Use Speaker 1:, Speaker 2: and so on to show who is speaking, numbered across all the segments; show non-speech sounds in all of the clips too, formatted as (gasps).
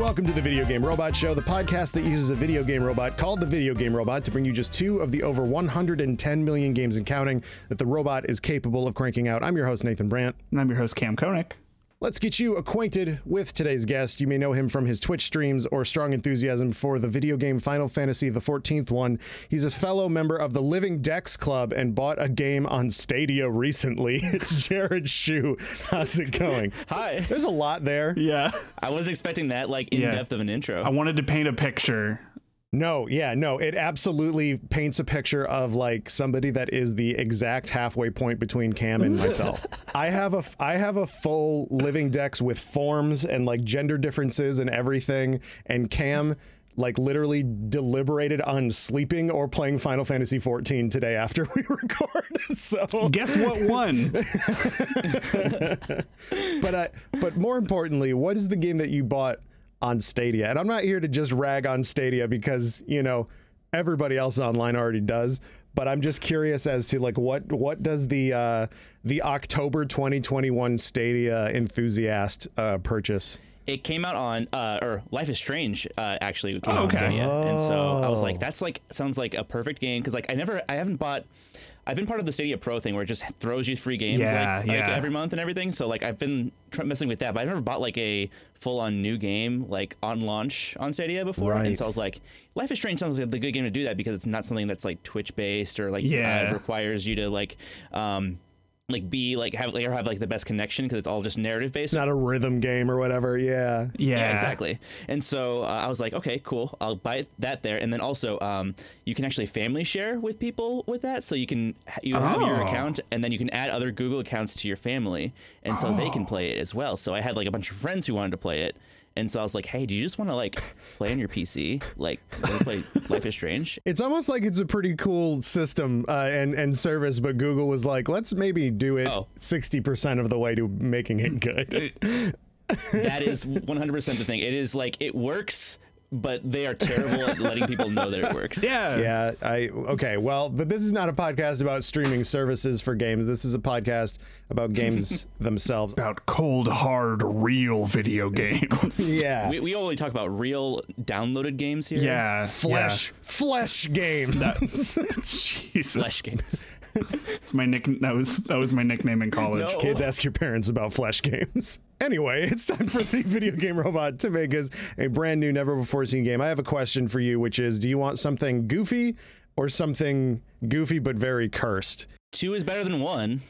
Speaker 1: Welcome to the Video Game Robot Show, the podcast that uses a video game robot called the Video Game Robot to bring you just two of the over 110 million games and counting that the robot is capable of cranking out. I'm your host, Nathan Brandt.
Speaker 2: And I'm your host, Cam Koenig.
Speaker 1: Let's get you acquainted with today's guest. You may know him from his Twitch streams or strong enthusiasm for the video game Final Fantasy, the 14th one. He's a fellow member of the Living Dex Club and bought a game on Stadia recently. (laughs) It's Jared Shu. How's it going?
Speaker 3: Hi.
Speaker 1: There's a lot there.
Speaker 2: Yeah.
Speaker 3: I wasn't expecting that like in
Speaker 2: Yeah.
Speaker 3: depth of an intro.
Speaker 2: I wanted to paint a picture.
Speaker 1: No, yeah, no. It absolutely paints a picture of like somebody that is the exact halfway point between Cam and myself. I have a f- I have a full living dex with forms and like gender differences and everything and Cam like literally deliberated on sleeping or playing Final Fantasy 14 today after (laughs) we record. So
Speaker 2: Guess what won?
Speaker 1: but uh, but more importantly, what is the game that you bought on Stadia? And I'm not here to just rag on Stadia because you know everybody else online already does. But I'm just curious as to like what what does the uh, the October 2021 Stadia enthusiast uh, purchase?
Speaker 3: it came out on uh or Life is Strange uh actually came out
Speaker 2: Oh, okay. Oh.
Speaker 3: on Stadia. And so I was like that's like sounds like a perfect game cuz like I never I haven't bought I've been part of the Stadia Pro thing where it just throws you free games
Speaker 2: Yeah,
Speaker 3: like, like,
Speaker 2: yeah.
Speaker 3: every month and everything. So like I've been tr- messing with that, but I've never bought like a full on new game like on launch on Stadia before.
Speaker 1: Right.
Speaker 3: And so I was like Life is Strange sounds like the good game to do that because it's not something that's like Twitch based or like
Speaker 2: Yeah.
Speaker 3: uh, requires you to like um like be like have like or have like the best connection because it's all just narrative based.
Speaker 1: Not a rhythm game or whatever. Yeah.
Speaker 2: Yeah.
Speaker 3: Yeah, exactly. And so uh, I was like, okay, cool. I'll buy that there. And then also, um, you can actually family share with people with that. So you can you have your
Speaker 2: Oh.
Speaker 3: account, and then you can add other Google accounts to your family, and so they
Speaker 2: Oh.
Speaker 3: can play it as well. So I had like a bunch of friends who wanted to play it. And so I was like, "Hey, do you just want to like play on your PC? Like, wanna play Life is Strange?"
Speaker 1: It's almost like it's a pretty cool system uh, and and service, but Google was like, let's maybe do it
Speaker 3: Oh.
Speaker 1: 60% of the way to making it good.
Speaker 3: That is 100% the thing. It is like it works, but they are terrible at letting people know that it
Speaker 2: (laughs)
Speaker 3: works.
Speaker 2: Yeah.
Speaker 1: yeah i okay well but this is not a podcast about streaming services for games this is a podcast about games themselves
Speaker 2: About cold, hard, real video games.
Speaker 1: (laughs) yeah
Speaker 3: We, we only talk about real downloaded games here.
Speaker 2: yeah.
Speaker 1: flesh flesh game
Speaker 2: Yeah. Jesus.
Speaker 3: Flash games.
Speaker 2: It's my nick. That was that was my nickname in college.
Speaker 3: No.
Speaker 1: (laughs) kids ask your parents about flesh games anyway it's time for the video game robot to make us a brand new never before seen game i have a question for you which is do you want something goofy or something goofy but very cursed
Speaker 3: Two is better than one.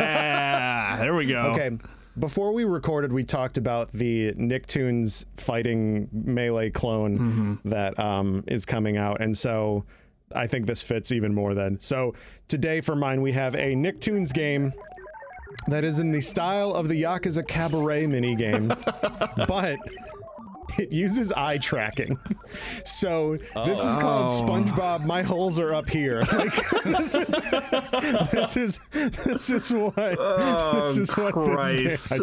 Speaker 2: Yeah. There we go.
Speaker 1: Okay. Before we recorded, we talked about the Nicktoons fighting melee clone that um, is coming out, and so I think this fits even more. Then, so today for mine, we have a Nicktoons game that is in the style of the Yakuza Cabaret minigame, but it uses eye tracking. So this is called
Speaker 2: Oh.
Speaker 1: SpongeBob. My holes are up here. (laughs) Like, this is this is this is what this is what this
Speaker 2: Oh,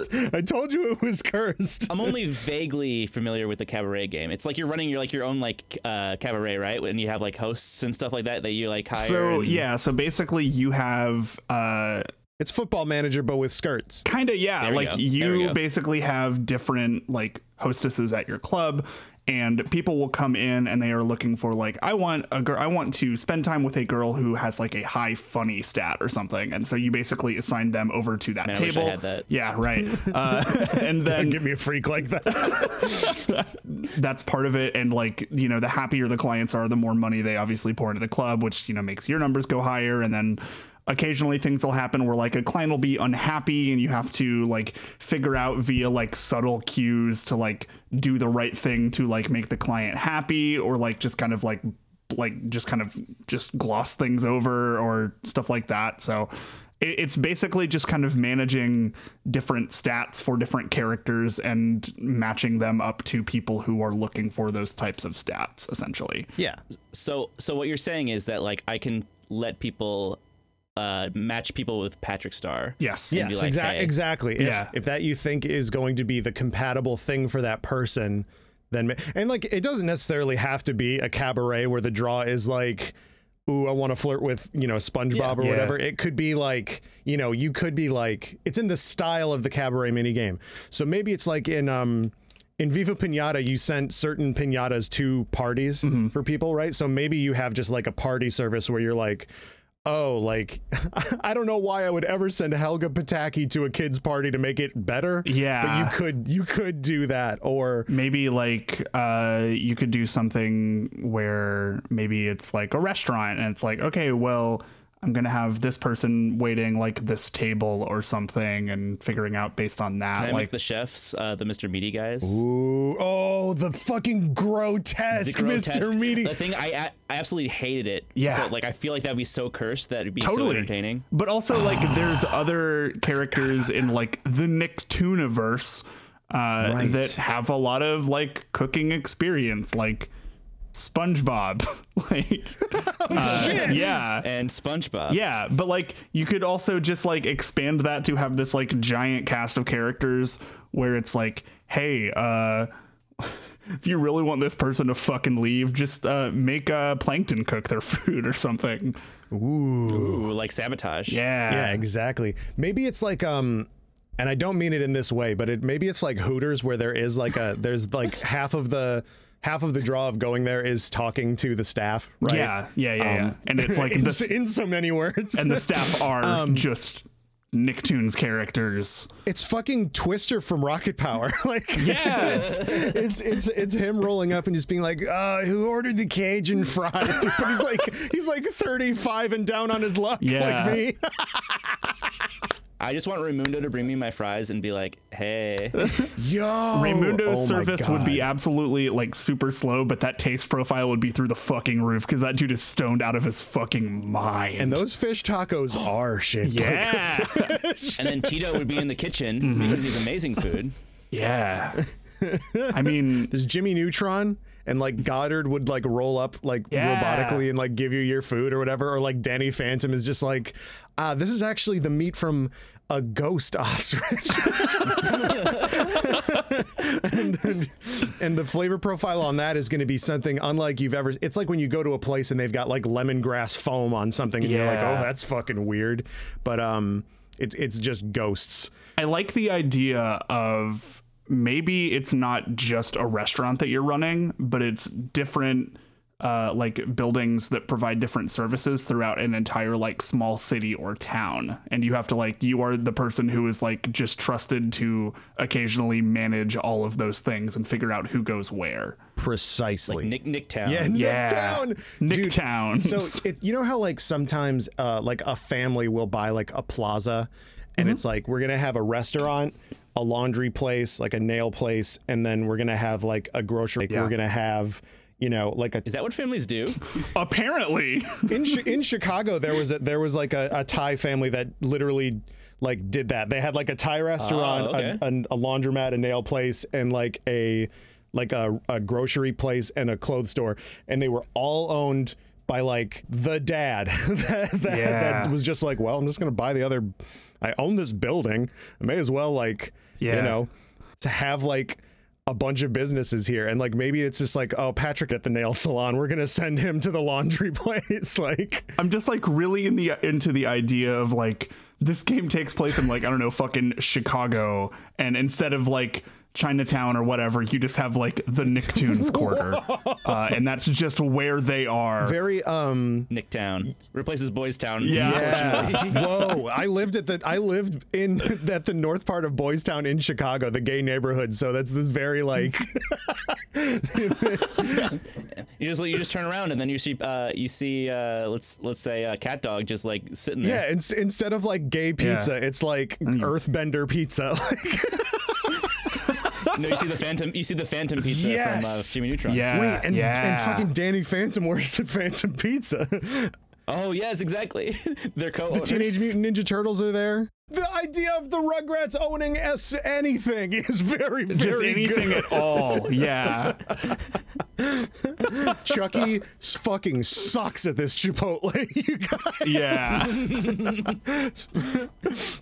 Speaker 2: Christ.
Speaker 1: game. I, I told you it was cursed.
Speaker 3: I'm only vaguely familiar with the cabaret game. It's like you're running your like your own like uh, cabaret, right? When you have like hosts and stuff like that that you like hire.
Speaker 2: So
Speaker 3: and-
Speaker 2: yeah. So basically, you have uh,
Speaker 1: It's football manager, but with skirts.
Speaker 2: kind of yeah
Speaker 3: we
Speaker 2: like
Speaker 3: go. There we
Speaker 2: you
Speaker 3: go.
Speaker 2: basically have different like hostesses at your club and people will come in and they are looking for like i want a girl i want to spend time with a girl who has like a high funny stat or something and so you basically assign them over to that
Speaker 3: Man, I wish I
Speaker 2: table
Speaker 3: had that.
Speaker 2: yeah right uh, (laughs) and then
Speaker 1: Give me a freak like that.
Speaker 2: that's part of it and like you know the happier the clients are the more money they obviously pour into the club which you know makes your numbers go higher and then occasionally things will happen where like a client will be unhappy and you have to like figure out via like subtle cues to like do the right thing to like make the client happy or like just kind of like like just kind of just gloss things over or stuff like that so it- it's basically just kind of managing different stats for different characters and matching them up to people who are looking for those types of stats essentially
Speaker 1: Yeah.
Speaker 3: So so what you're saying is that like I can let people uh, match people with Patrick Star.
Speaker 2: yes
Speaker 1: Yes,
Speaker 3: like,
Speaker 1: exa-
Speaker 3: hey.
Speaker 1: exactly. If,
Speaker 2: Yeah.
Speaker 1: if that you think is going to be the compatible thing for that person, then ma- and like it doesn't necessarily have to be a cabaret where the draw is like, ooh, I want to flirt with you know SpongeBob or
Speaker 2: Yeah.
Speaker 1: whatever. It could be like you know you could be like it's in the style of the cabaret mini game. So maybe it's like in um in Viva Pinata, you sent certain pinatas to parties
Speaker 3: Mm-hmm.
Speaker 1: for people, right? So maybe you have just like a party service where you're like, oh, like, (laughs) I don't know why I would ever send Helga Pataki to a kid's party to make it better. But
Speaker 2: Yeah.
Speaker 1: you could, you could do that. Or
Speaker 2: Maybe like uh, you could do something where maybe it's like a restaurant and it's like, okay, well, I'm gonna have this person waiting like this table or something, and figuring out based on that.
Speaker 3: I
Speaker 2: like
Speaker 3: like the chefs, uh, the Mr. Meaty guys.
Speaker 1: Ooh, oh, the fucking grotesque,
Speaker 3: The grotesque-
Speaker 1: Mr. Meaty.
Speaker 3: The thing I, I I absolutely hated it.
Speaker 2: Yeah.
Speaker 3: But like I feel like that'd be so cursed that it'd be so
Speaker 2: totally
Speaker 3: entertaining.
Speaker 2: But also like there's other characters in like the Nicktooniverse uh, that have a lot of like cooking experience, like SpongeBob. (laughs)
Speaker 3: (laughs)
Speaker 2: like uh, yeah.
Speaker 3: And SpongeBob.
Speaker 2: Yeah, but like you could also just like expand that to have this like giant cast of characters where it's like, hey, uh (laughs) if you really want this person to fucking leave, just uh make uh plankton cook their (laughs) food or something.
Speaker 3: Ooh, like sabotage.
Speaker 1: Yeah, exactly. Maybe it's like um and I don't mean it in this way, but it maybe it's like Hooters where there is like
Speaker 2: (laughs)
Speaker 1: a there's like half of the half of the draw of going there is talking to the staff, right?
Speaker 2: Yeah, yeah, yeah, yeah.
Speaker 1: Um, (laughs)
Speaker 2: And it's like
Speaker 1: in,
Speaker 2: the,
Speaker 1: s- in so many words.
Speaker 2: and
Speaker 1: (laughs)
Speaker 2: the staff are
Speaker 1: Um,
Speaker 2: just Nicktoons characters.
Speaker 1: it's fucking Twister from Rocket Power. (laughs) like it's, it's it's it's him rolling up and just being like, uh, who ordered the
Speaker 2: (laughs)
Speaker 1: Cajun fried? (laughs) but he's like he's like 35 and down on his luck
Speaker 2: Yeah.
Speaker 1: like
Speaker 2: (laughs)
Speaker 1: me.
Speaker 3: I just want Raimundo to bring me my fries and be like,
Speaker 1: (laughs)
Speaker 3: hey.
Speaker 1: Yo.
Speaker 2: Raimundo's
Speaker 1: oh my
Speaker 2: service would be
Speaker 1: God.
Speaker 2: absolutely like super slow, but that taste profile would be through the fucking roof because that dude is stoned out of his fucking mind.
Speaker 1: and those fish tacos are shit.
Speaker 2: yeah,
Speaker 3: and then Tito would be in the kitchen
Speaker 1: Mm-hmm.
Speaker 3: making these amazing
Speaker 1: (laughs)
Speaker 3: food.
Speaker 2: yeah. I mean,
Speaker 1: There's Jimmy Neutron and like Goddard would like roll up like
Speaker 2: Yeah.
Speaker 1: robotically and like give you your food or whatever, or like Danny Phantom is just like, ah, this is actually the meat from a ghost (laughs) ostrich. and, then- and the flavor profile on that is going to be something unlike you've ever. It's like when you go to a place and they've got like lemongrass foam on something, and you're like,
Speaker 2: Yeah.
Speaker 1: oh, that's fucking weird. But um, it's it's just ghosts.
Speaker 2: I like the idea of maybe it's not just a restaurant that you're running, but it's different uh, like buildings that provide different services throughout an entire like small city or town. And you have to like you are the person who is like just trusted to occasionally manage all of those things and figure out who goes where.
Speaker 1: Precisely.
Speaker 3: Nick Nick Town.
Speaker 1: Yeah,
Speaker 2: Yeah.
Speaker 1: Nicktown. Dude,
Speaker 2: Nicktown.
Speaker 1: So it, you know how like sometimes uh, like a family will buy like a plaza, and it's like we're gonna have a restaurant, a laundry place, like a nail place, and then we're gonna have like a grocery. We're gonna have you know like a
Speaker 3: Is that what families do?
Speaker 2: apparently (laughs)
Speaker 1: in Chi- in Chicago there was a, there was like a, a Thai family that literally like did that. They had like a Thai restaurant,
Speaker 3: Oh, okay.
Speaker 1: a, a, a laundromat, a nail place, and like a like a, a grocery place and a clothes store, and they were all owned by like the dad (laughs) that, that,
Speaker 2: Yeah.
Speaker 1: that was just like, well, I'm just gonna buy the other. I own this building. I may as well like you
Speaker 2: Yeah.
Speaker 1: know to have like a bunch of businesses here and like maybe it's just like oh patrick at the nail (laughs) salon we're gonna send him to the laundry (laughs) place like
Speaker 2: I'm just like really in the into the idea of like this game takes place in like I don't know fucking Chicago, and instead of like Chinatown or whatever, you just have like the Nicktoons
Speaker 1: (laughs)
Speaker 2: quarter, uh, and that's just where they are.
Speaker 1: very um
Speaker 3: Nick Town. Replaces Boys Town.
Speaker 2: Yeah.
Speaker 1: (laughs)
Speaker 2: (laughs)
Speaker 1: whoa i lived at the i lived in (laughs) at the north part of boys town in chicago the gay neighborhood so that's this very
Speaker 2: (laughs)
Speaker 1: like
Speaker 3: You just you just turn around and then you see uh, you see uh, let's let's say uh, cat dog just like sitting
Speaker 1: yeah
Speaker 3: there.
Speaker 1: in, instead of like gay pizza it's like
Speaker 2: Mm.
Speaker 1: earthbender pizza (laughs) like
Speaker 3: No, you see the phantom. You see the phantom pizza from uh,
Speaker 1: Yes.
Speaker 3: Jimmy Neutron.
Speaker 2: yeah,
Speaker 1: wait and, and
Speaker 2: yeah.
Speaker 1: fucking danny phantom works at phantom pizza (laughs)
Speaker 3: Oh yes, exactly. (laughs) They're co-owners.
Speaker 1: Teenage Mutant Ninja Turtles are there. The idea of the Rugrats owning s anything is very, very
Speaker 2: just anything
Speaker 1: good.
Speaker 2: at all.
Speaker 1: (laughs)
Speaker 2: Yeah,
Speaker 1: Chucky s- fucking sucks at this Chipotle, (laughs) you guys. (laughs)
Speaker 2: yeah.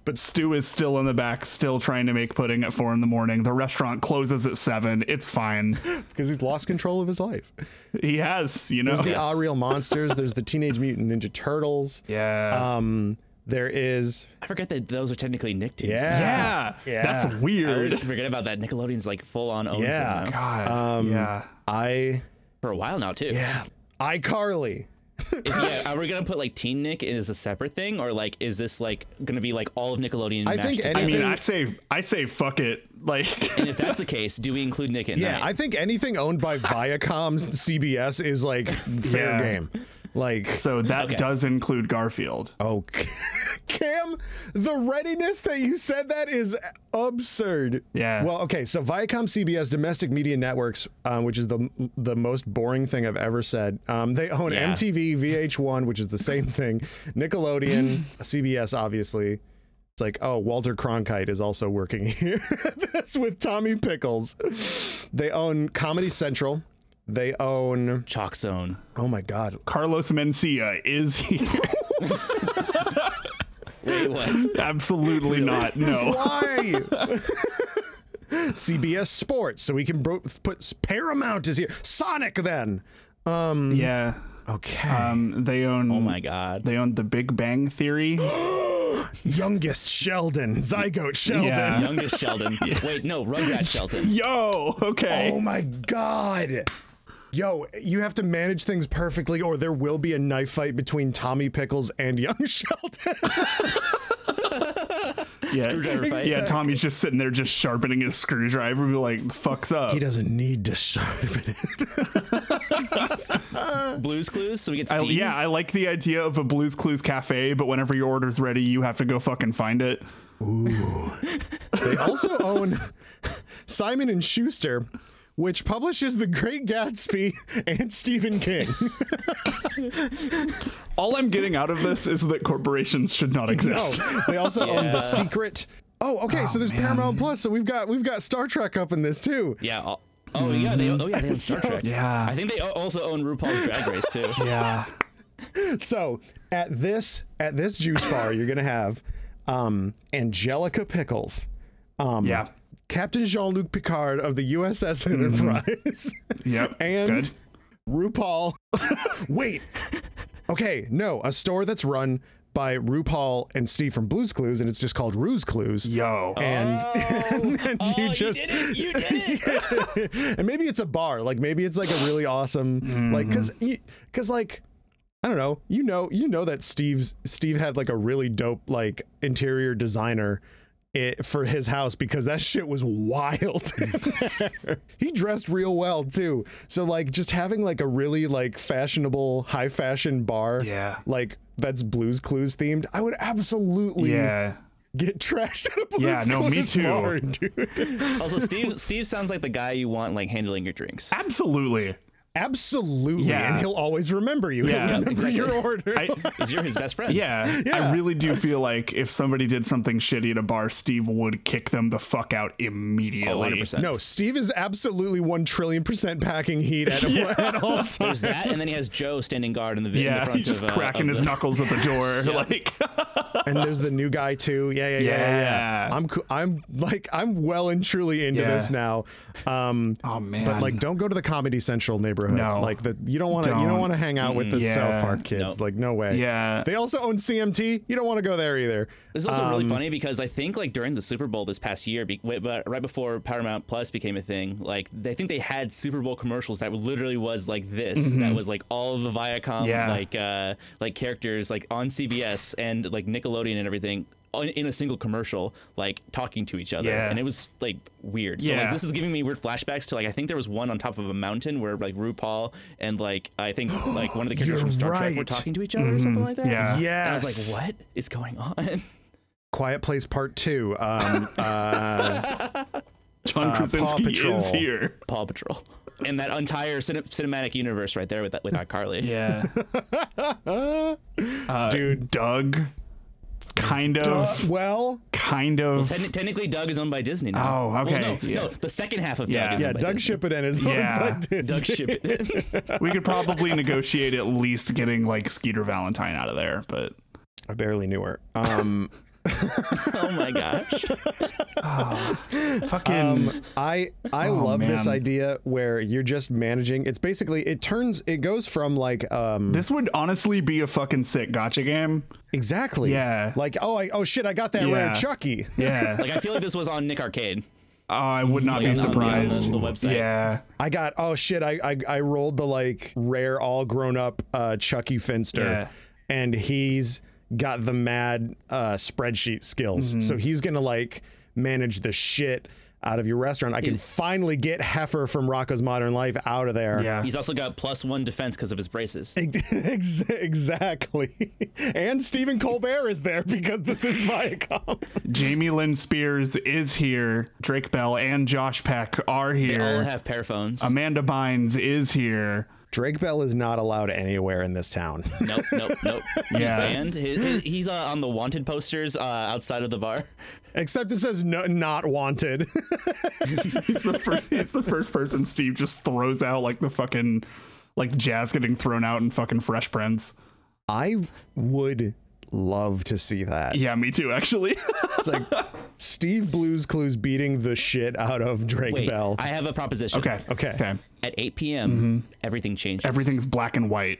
Speaker 2: but Stu is still in the back, still trying to make pudding at four in the morning. The restaurant closes at seven. It's fine.
Speaker 1: Because he's lost control of his life.
Speaker 2: He has, you know.
Speaker 1: (laughs) There's the Ah Real Monsters. There's the Teenage Mutant Ninja Turtles.
Speaker 2: yeah.
Speaker 1: Um, There is
Speaker 3: I forget that those are technically Nicktoons.
Speaker 1: Yeah.
Speaker 3: (laughs)
Speaker 2: Yeah.
Speaker 1: Yeah.
Speaker 2: That's
Speaker 3: I
Speaker 2: weird.
Speaker 3: always forget about that. Nickelodeon's like full on owns
Speaker 1: Yeah.
Speaker 3: them now.
Speaker 2: God.
Speaker 3: Um,
Speaker 2: yeah.
Speaker 1: I
Speaker 3: for a while now too.
Speaker 1: yeah iCarly.
Speaker 3: If- yeah, are we gonna put like Teen Nick in as a separate thing, or like is this like gonna be like all of Nickelodeon?
Speaker 1: I
Speaker 3: mashed
Speaker 1: think
Speaker 3: together?
Speaker 2: I mean,
Speaker 1: anything.
Speaker 2: I say, I say, fuck it. Like, (laughs)
Speaker 3: and if that's the case, do we include Nick in
Speaker 1: yeah,
Speaker 3: that?
Speaker 1: I think anything owned by Viacom CBS is like fair
Speaker 2: Yeah.
Speaker 1: game. Like
Speaker 2: so that
Speaker 3: Okay.
Speaker 2: does include Garfield.
Speaker 1: oh, (laughs) Cam, the readiness that you said that is absurd.
Speaker 2: Yeah.
Speaker 1: Well, okay, so Viacom CBS domestic media networks, um, which is the the most boring thing I've ever said. Um, they own
Speaker 3: Yeah.
Speaker 1: MTV, VH1, which is the same thing, Nickelodeon, CBS, obviously. It's like, oh, Walter Cronkite is also working (laughs) here. That's with Tommy Pickles. They own Comedy Central. They own
Speaker 3: Chalk Zone.
Speaker 1: oh my god,
Speaker 2: Carlos Mencia is he? (laughs)
Speaker 3: Wait, what?
Speaker 2: Absolutely not.
Speaker 3: (laughs)
Speaker 2: No.
Speaker 1: Why? CBS Sports, so we can bro- put Paramount is here. Sonic, then. Uh,
Speaker 2: Yeah.
Speaker 1: Okay.
Speaker 2: Um, they own.
Speaker 3: Mm. Oh my god.
Speaker 2: They own The Big Bang
Speaker 3: (gasps)
Speaker 2: Theory.
Speaker 1: Youngest Sheldon, Zygote Sheldon.
Speaker 2: Yeah.
Speaker 3: (laughs) Youngest Sheldon. Wait, no,
Speaker 2: (laughs)
Speaker 3: Rugrat Sheldon.
Speaker 2: Yo. Okay.
Speaker 1: Oh my God. Yo, you have to manage things perfectly, or there will be a knife fight between Tommy Pickles and Young (laughs) Sheldon.
Speaker 2: yeah.
Speaker 3: Oh, Screwdriver fight.
Speaker 2: Yeah. Tommy's just sitting there, just sharpening his screwdriver. Be like, fucks up.
Speaker 1: he doesn't need to sharpen it.
Speaker 3: Blues Clues. So we get
Speaker 2: I,
Speaker 3: Steve.
Speaker 2: Oh, yeah, I like the idea of a Blues Clues cafe, but whenever your order's ready, you have to go fucking find it.
Speaker 1: They also own Simon and Schuster, which publishes The Great Gatsby and Stephen King.
Speaker 2: All I'm getting out of this is that corporations should (laughs) not exist.
Speaker 1: Oh, they also own
Speaker 3: Yeah.
Speaker 1: The Secret. Oh, okay. so there's Paramount Plus. So we've got we've got Star Trek up in this too.
Speaker 3: Yeah. I'll- Oh yeah, they oh
Speaker 1: Mm-hmm.
Speaker 3: yeah they own Star
Speaker 1: (laughs)
Speaker 3: Trek.
Speaker 2: Yeah.
Speaker 3: I think they o- also own RuPaul's Drag Race too.
Speaker 2: Yeah.
Speaker 1: So at this at this juice bar, you're gonna have um, Angelica Pickles, um,
Speaker 2: Yeah.
Speaker 1: Captain Jean Luc Picard of the USS Enterprise,
Speaker 2: Yep.
Speaker 1: and
Speaker 2: Good.
Speaker 1: RuPaul. Wait, okay, no, a store that's run by RuPaul and Steve from Blue's Clues, and it's just called Ruse Clues.
Speaker 2: Yo.
Speaker 1: And, and (laughs) then
Speaker 3: Oh,
Speaker 1: you just
Speaker 3: you did it! You
Speaker 1: (laughs)
Speaker 3: did it!
Speaker 1: and maybe it's a bar like maybe it's like a really awesome like
Speaker 2: Mm-hmm.
Speaker 1: because because like i don't know you know you know that steve's steve had like a really dope like interior designer it, for his house because that shit was wild (laughs) he dressed real well too so like just having like a really like fashionable high fashion bar
Speaker 2: Yeah.
Speaker 1: like that's blues clues themed i would absolutely
Speaker 2: yeah.
Speaker 1: get trashed at a blues
Speaker 2: Yeah, no, me
Speaker 1: Clues
Speaker 2: too.
Speaker 1: bar, dude.
Speaker 3: Also, Steve Steve sounds like the guy you want like handling
Speaker 1: (laughs)
Speaker 3: your drinks.
Speaker 2: Absolutely.
Speaker 1: Absolutely,
Speaker 2: Yeah.
Speaker 1: and he'll always remember you. He'll
Speaker 2: Yeah,
Speaker 1: remember
Speaker 3: exactly.
Speaker 1: your (laughs) order.
Speaker 2: (laughs) I,
Speaker 3: Because you're his best friend.
Speaker 2: yeah, I really do feel like if somebody did something shitty at a bar, Steve would kick them the fuck out
Speaker 3: Oh,
Speaker 2: immediately.
Speaker 3: 100%.
Speaker 1: no, Steve is absolutely one trillion percent packing heat
Speaker 2: (laughs)
Speaker 1: at, (laughs) at all
Speaker 3: There's
Speaker 1: times.
Speaker 3: that, and then he has Joe standing guard in the, in the
Speaker 2: yeah,
Speaker 3: front
Speaker 2: he's just
Speaker 3: of, uh,
Speaker 2: cracking
Speaker 3: of
Speaker 2: his
Speaker 3: the- (laughs)
Speaker 2: knuckles at the door. Like,
Speaker 1: and there's the new guy too. Yeah, yeah, yeah. yeah, yeah.
Speaker 2: Yeah.
Speaker 1: I'm co- I'm like I'm well and truly into
Speaker 2: Yeah.
Speaker 1: this now. Um,
Speaker 2: oh man.
Speaker 1: but like, don't go to the Comedy Central neighborhood.
Speaker 2: No.
Speaker 1: like the you don't want to you don't
Speaker 2: Don't. Mm,
Speaker 1: want to hang out with the
Speaker 2: Yeah.
Speaker 1: South Park kids.
Speaker 3: No.
Speaker 1: Like, no way.
Speaker 2: Yeah.
Speaker 1: they also own CMT. You don't want to go there either.
Speaker 3: It's also really
Speaker 2: Um,
Speaker 3: funny because I think like during the Super Bowl this past year, be, wait, but right before Paramount Plus became a thing, like they think they had Super Bowl commercials that literally was like this. That was like all of the Viacom
Speaker 2: Mm-hmm. Yeah.
Speaker 3: like uh, like characters like on CBS and like Nickelodeon and everything on- in a single commercial, like talking to each other,
Speaker 2: Yeah.
Speaker 3: and it was like weird. So like
Speaker 2: Yeah.
Speaker 3: this is giving me weird flashbacks to like I think there was one on top of a mountain where like RuPaul and like I think like
Speaker 2: (gasps)
Speaker 3: one of the characters from
Speaker 1: You're
Speaker 3: Star Trek were
Speaker 1: right.
Speaker 3: talking to each other or something like that.
Speaker 2: Mm-hmm. Yeah.
Speaker 3: And I
Speaker 1: Yes.
Speaker 3: was like, what is going on?
Speaker 1: Quiet Place Part Two.
Speaker 2: (laughs)
Speaker 1: Um, uh,
Speaker 2: John
Speaker 1: Paw
Speaker 2: Krasinski
Speaker 1: Patrol.
Speaker 2: is here.
Speaker 3: Paw Patrol (laughs) and that entire cine- cinematic universe right there with that with
Speaker 2: (laughs)
Speaker 3: iCarly.
Speaker 2: Yeah.
Speaker 1: dude.
Speaker 2: Uh, Doug. Kind
Speaker 1: Uh,
Speaker 2: of.
Speaker 1: well,
Speaker 2: Kind of.
Speaker 3: Techni- technically, Doug is owned by Disney now.
Speaker 2: Oh, okay,
Speaker 3: Well, no,
Speaker 2: yeah.
Speaker 3: no, the second half of Doug
Speaker 2: Yeah.
Speaker 3: is
Speaker 1: yeah,
Speaker 3: owned by
Speaker 1: Doug
Speaker 3: Disney.
Speaker 1: Shippen and his
Speaker 2: Yeah.
Speaker 1: (laughs)
Speaker 3: Doug Shippen.
Speaker 2: we could probably negotiate at least getting like Skeeter Valentine out of there, but (laughs)
Speaker 1: I barely knew her. Um,
Speaker 3: (laughs) oh my gosh.
Speaker 2: Fucking
Speaker 1: Um, I I love this
Speaker 2: Oh, man.
Speaker 1: idea where you're just managing. It's basically it turns it goes from like um
Speaker 2: this would honestly be a fucking sick gotcha game.
Speaker 1: exactly
Speaker 2: Yeah.
Speaker 1: like oh I oh shit I got that
Speaker 2: Yeah.
Speaker 1: rare Chucky
Speaker 2: Yeah.
Speaker 3: Like I feel like this was on Nick Arcade.
Speaker 2: Oh, Uh, I would not
Speaker 3: Like,
Speaker 2: be
Speaker 3: on the- on
Speaker 2: surprised.
Speaker 3: the website.
Speaker 2: Yeah.
Speaker 1: I got oh shit I I, I rolled the like rare all grown up uh Chucky Finster
Speaker 2: Yeah.
Speaker 1: and he's got the mad uh spreadsheet skills
Speaker 2: Mm-hmm.
Speaker 1: so he's gonna like manage the shit out of your restaurant. I can finally get Heifer from Rocco's Modern Life out of there.
Speaker 2: Yeah.
Speaker 3: He's also got plus one defense because of his braces.
Speaker 1: (laughs) Ex- exactly. And Stephen Colbert is there because this is Viacom.
Speaker 2: Jamie Lynn Spears is here. Drake Bell and Josh Peck are
Speaker 3: They all
Speaker 2: here.
Speaker 3: have paraphones.
Speaker 2: Amanda Bynes is here.
Speaker 1: (laughs)
Speaker 2: (laughs)
Speaker 1: Drake Bell is not allowed anywhere in this town.
Speaker 3: (laughs)
Speaker 1: (laughs)
Speaker 3: nope, nope, nope. He's
Speaker 2: Yeah.
Speaker 3: banned. He- he- he's uh, on the wanted posters uh, outside of
Speaker 2: (laughs)
Speaker 3: the bar.
Speaker 1: Except it says no, not wanted. (laughs)
Speaker 2: It's the first. it's the first person Steve just throws out like the fucking like jazz getting thrown out in fucking Fresh Prince.
Speaker 1: I would love to see that.
Speaker 2: Yeah, me too. Actually, (laughs)
Speaker 1: It's like Steve Blues Clues beating the shit out of Drake
Speaker 3: Wait,
Speaker 1: Bell.
Speaker 3: I have a proposition.
Speaker 2: okay, Mm-hmm.
Speaker 1: Okay.
Speaker 2: okay.
Speaker 3: At 8 p.m., everything changes.
Speaker 2: Everything's black and white.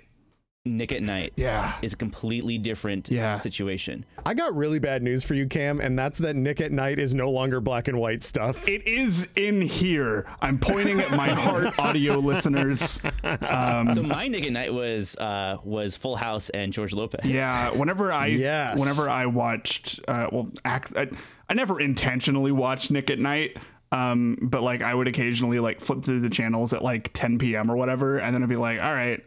Speaker 3: Nick at night
Speaker 2: Yeah.
Speaker 3: is a completely different
Speaker 2: Yeah.
Speaker 3: situation.
Speaker 1: I got really bad news for you, Cam, and that's that Nick at Night is no longer black and white stuff. (laughs)
Speaker 2: It is in here. I'm pointing at my heart, (laughs) audio listeners. Um,
Speaker 3: So my Nick at night was uh, was Full House and George Lopez.
Speaker 2: Yeah, whenever I
Speaker 1: Yes.
Speaker 2: whenever I watched uh well ac- I, I never intentionally watched Nick at Night um but like I would occasionally like flip through the channels at like 10 p.m. or whatever and then I'd be like, "All right,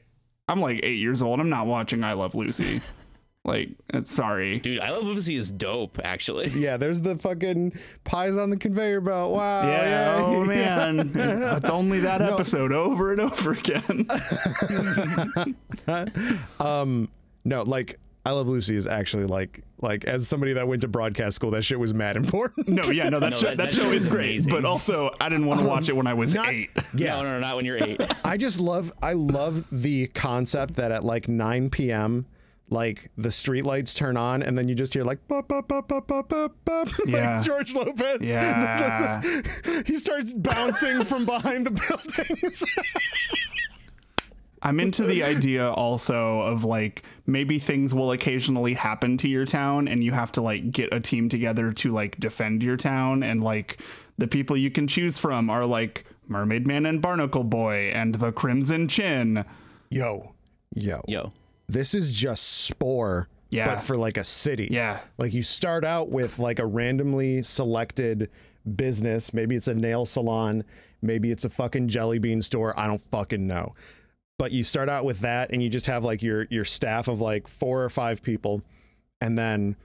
Speaker 2: I'm like 8 years old. I'm not watching I Love Lucy." (laughs) like, uh, sorry.
Speaker 3: Dude, I Love Lucy is dope, actually.
Speaker 1: Yeah, there's the fucking pies on the conveyor belt. Wow.
Speaker 2: yeah,
Speaker 1: yay.
Speaker 2: oh man. (laughs) it's only that episode over and over (laughs) again.
Speaker 1: No, like I Love Lucy is actually like like as somebody that went to broadcast school, that shit was mad (laughs) important.
Speaker 2: no, yeah, no, that,
Speaker 3: No,
Speaker 2: show, that,
Speaker 3: that- that
Speaker 2: show
Speaker 3: show
Speaker 2: is
Speaker 3: is
Speaker 2: great,
Speaker 3: amazing.
Speaker 2: but also I
Speaker 1: (laughs)
Speaker 2: didn't want to watch it when I was
Speaker 1: not-
Speaker 2: 8.
Speaker 1: Yeah.
Speaker 3: (laughs) No, no, no, not when you're eight.
Speaker 1: I just love I love the concept that at like 9 p.m. like the street lights turn on and then you just hear like bop, bop, bop, bop, bop, bop, bop, (laughs)
Speaker 2: Yeah.
Speaker 1: like George Lopez.
Speaker 2: Yeah.
Speaker 1: (laughs) he starts bouncing from behind the (laughs) buildings.
Speaker 2: I'm
Speaker 1: (laughs)
Speaker 2: into the idea also of like maybe things will occasionally happen to your town and you have to like get a team together to like defend your town and like the people you can choose from are like Mermaid Man and Barnacle Boy and the Crimson Chin.
Speaker 1: yo, yo,
Speaker 3: Yo.
Speaker 1: This is just spore.
Speaker 2: Yeah.
Speaker 1: But for like a city.
Speaker 2: Yeah.
Speaker 1: Like you start out with like a randomly selected business. Maybe it's a nail salon. Maybe it's a fucking jelly bean store. I don't fucking know. But you start out with that and you just have like your your staff of like four or five people. And then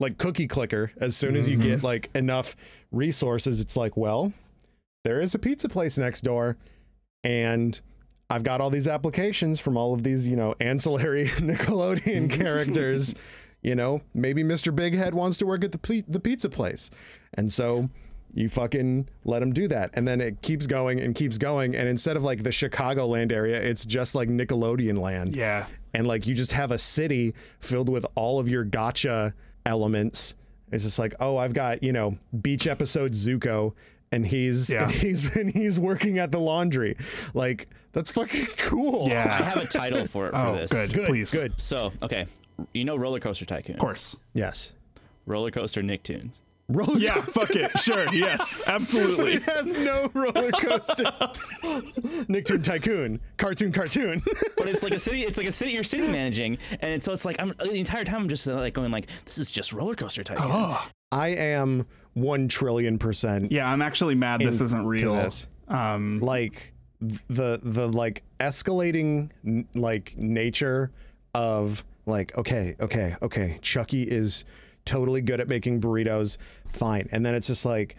Speaker 1: like cookie clicker, as soon as you get like enough resources, it's like, well, there is a pizza place next door and I've got all these applications from all of these, you know, (laughs) ancillary Nickelodeon characters. You know, maybe Mr. Big Head wants to work at the pi- the pizza place, and so you fucking let him do that, and then it keeps going and keeps going, and instead of like the Chicagoland area, it's just like Nickelodeon land,
Speaker 2: Yeah.
Speaker 1: and like you just have a city filled with all of your gotcha elements. It's just like, oh, I've got you know beach episode Zuko, and he's
Speaker 2: Yeah.
Speaker 1: and (laughs) he's and he's working at the laundry. Like that's fucking cool.
Speaker 3: Oh, I
Speaker 2: Yeah.
Speaker 3: have a title for it for
Speaker 2: Oh,
Speaker 3: this.
Speaker 1: (laughs)
Speaker 2: good,
Speaker 1: Good.
Speaker 2: Please.
Speaker 1: Good.
Speaker 2: Of
Speaker 1: Of
Speaker 3: So, okay. You know Roller Coaster Tycoon?
Speaker 2: course.
Speaker 1: Yes.
Speaker 3: Roller Coaster Nicktoons.
Speaker 1: Roller
Speaker 2: Yeah,
Speaker 1: coaster.
Speaker 2: fuck it. Sure. Yes.
Speaker 1: It (laughs)
Speaker 2: Absolutely.
Speaker 1: has no roller
Speaker 2: (laughs)
Speaker 1: coaster. Nicktoon Tycoon, cartoon, cartoon. (laughs)
Speaker 3: But it's like a city. It's like a city you're city managing, and it's, so it's like I'm the entire time I'm just uh, like going like, this is just Roller Coaster Tycoon.
Speaker 2: Uh-huh.
Speaker 1: I am one trillion percent
Speaker 2: Yeah, I'm actually mad this isn't real.
Speaker 1: this.
Speaker 2: Um
Speaker 1: like the the like escalating n- like nature of like okay okay okay Chucky is totally good at making burritos fine and then it's just like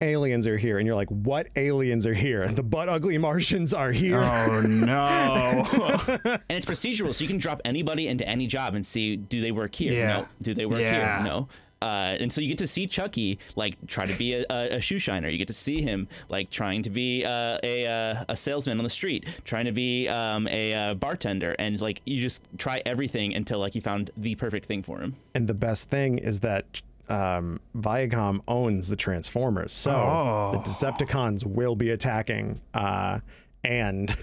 Speaker 1: aliens are here and you're like what aliens are here (laughs) the butt ugly Martians are here
Speaker 2: Oh no. Oh,
Speaker 3: And it's procedural, so you can drop anybody into any job and see do they work here?
Speaker 2: Yeah.
Speaker 3: No. Do they work
Speaker 2: Yeah.
Speaker 3: here? No. Uh, and so you get to see Chucky like try to be a, a, a shoe shiner. You get to see him like trying to be uh, a uh, a salesman on the street, trying to be um, a uh, bartender, and like you just try everything until like you found the perfect thing for him.
Speaker 1: And the best thing is that um, Viacom owns the Transformers, so the
Speaker 2: Oh.
Speaker 1: Decepticons will be attacking, uh, and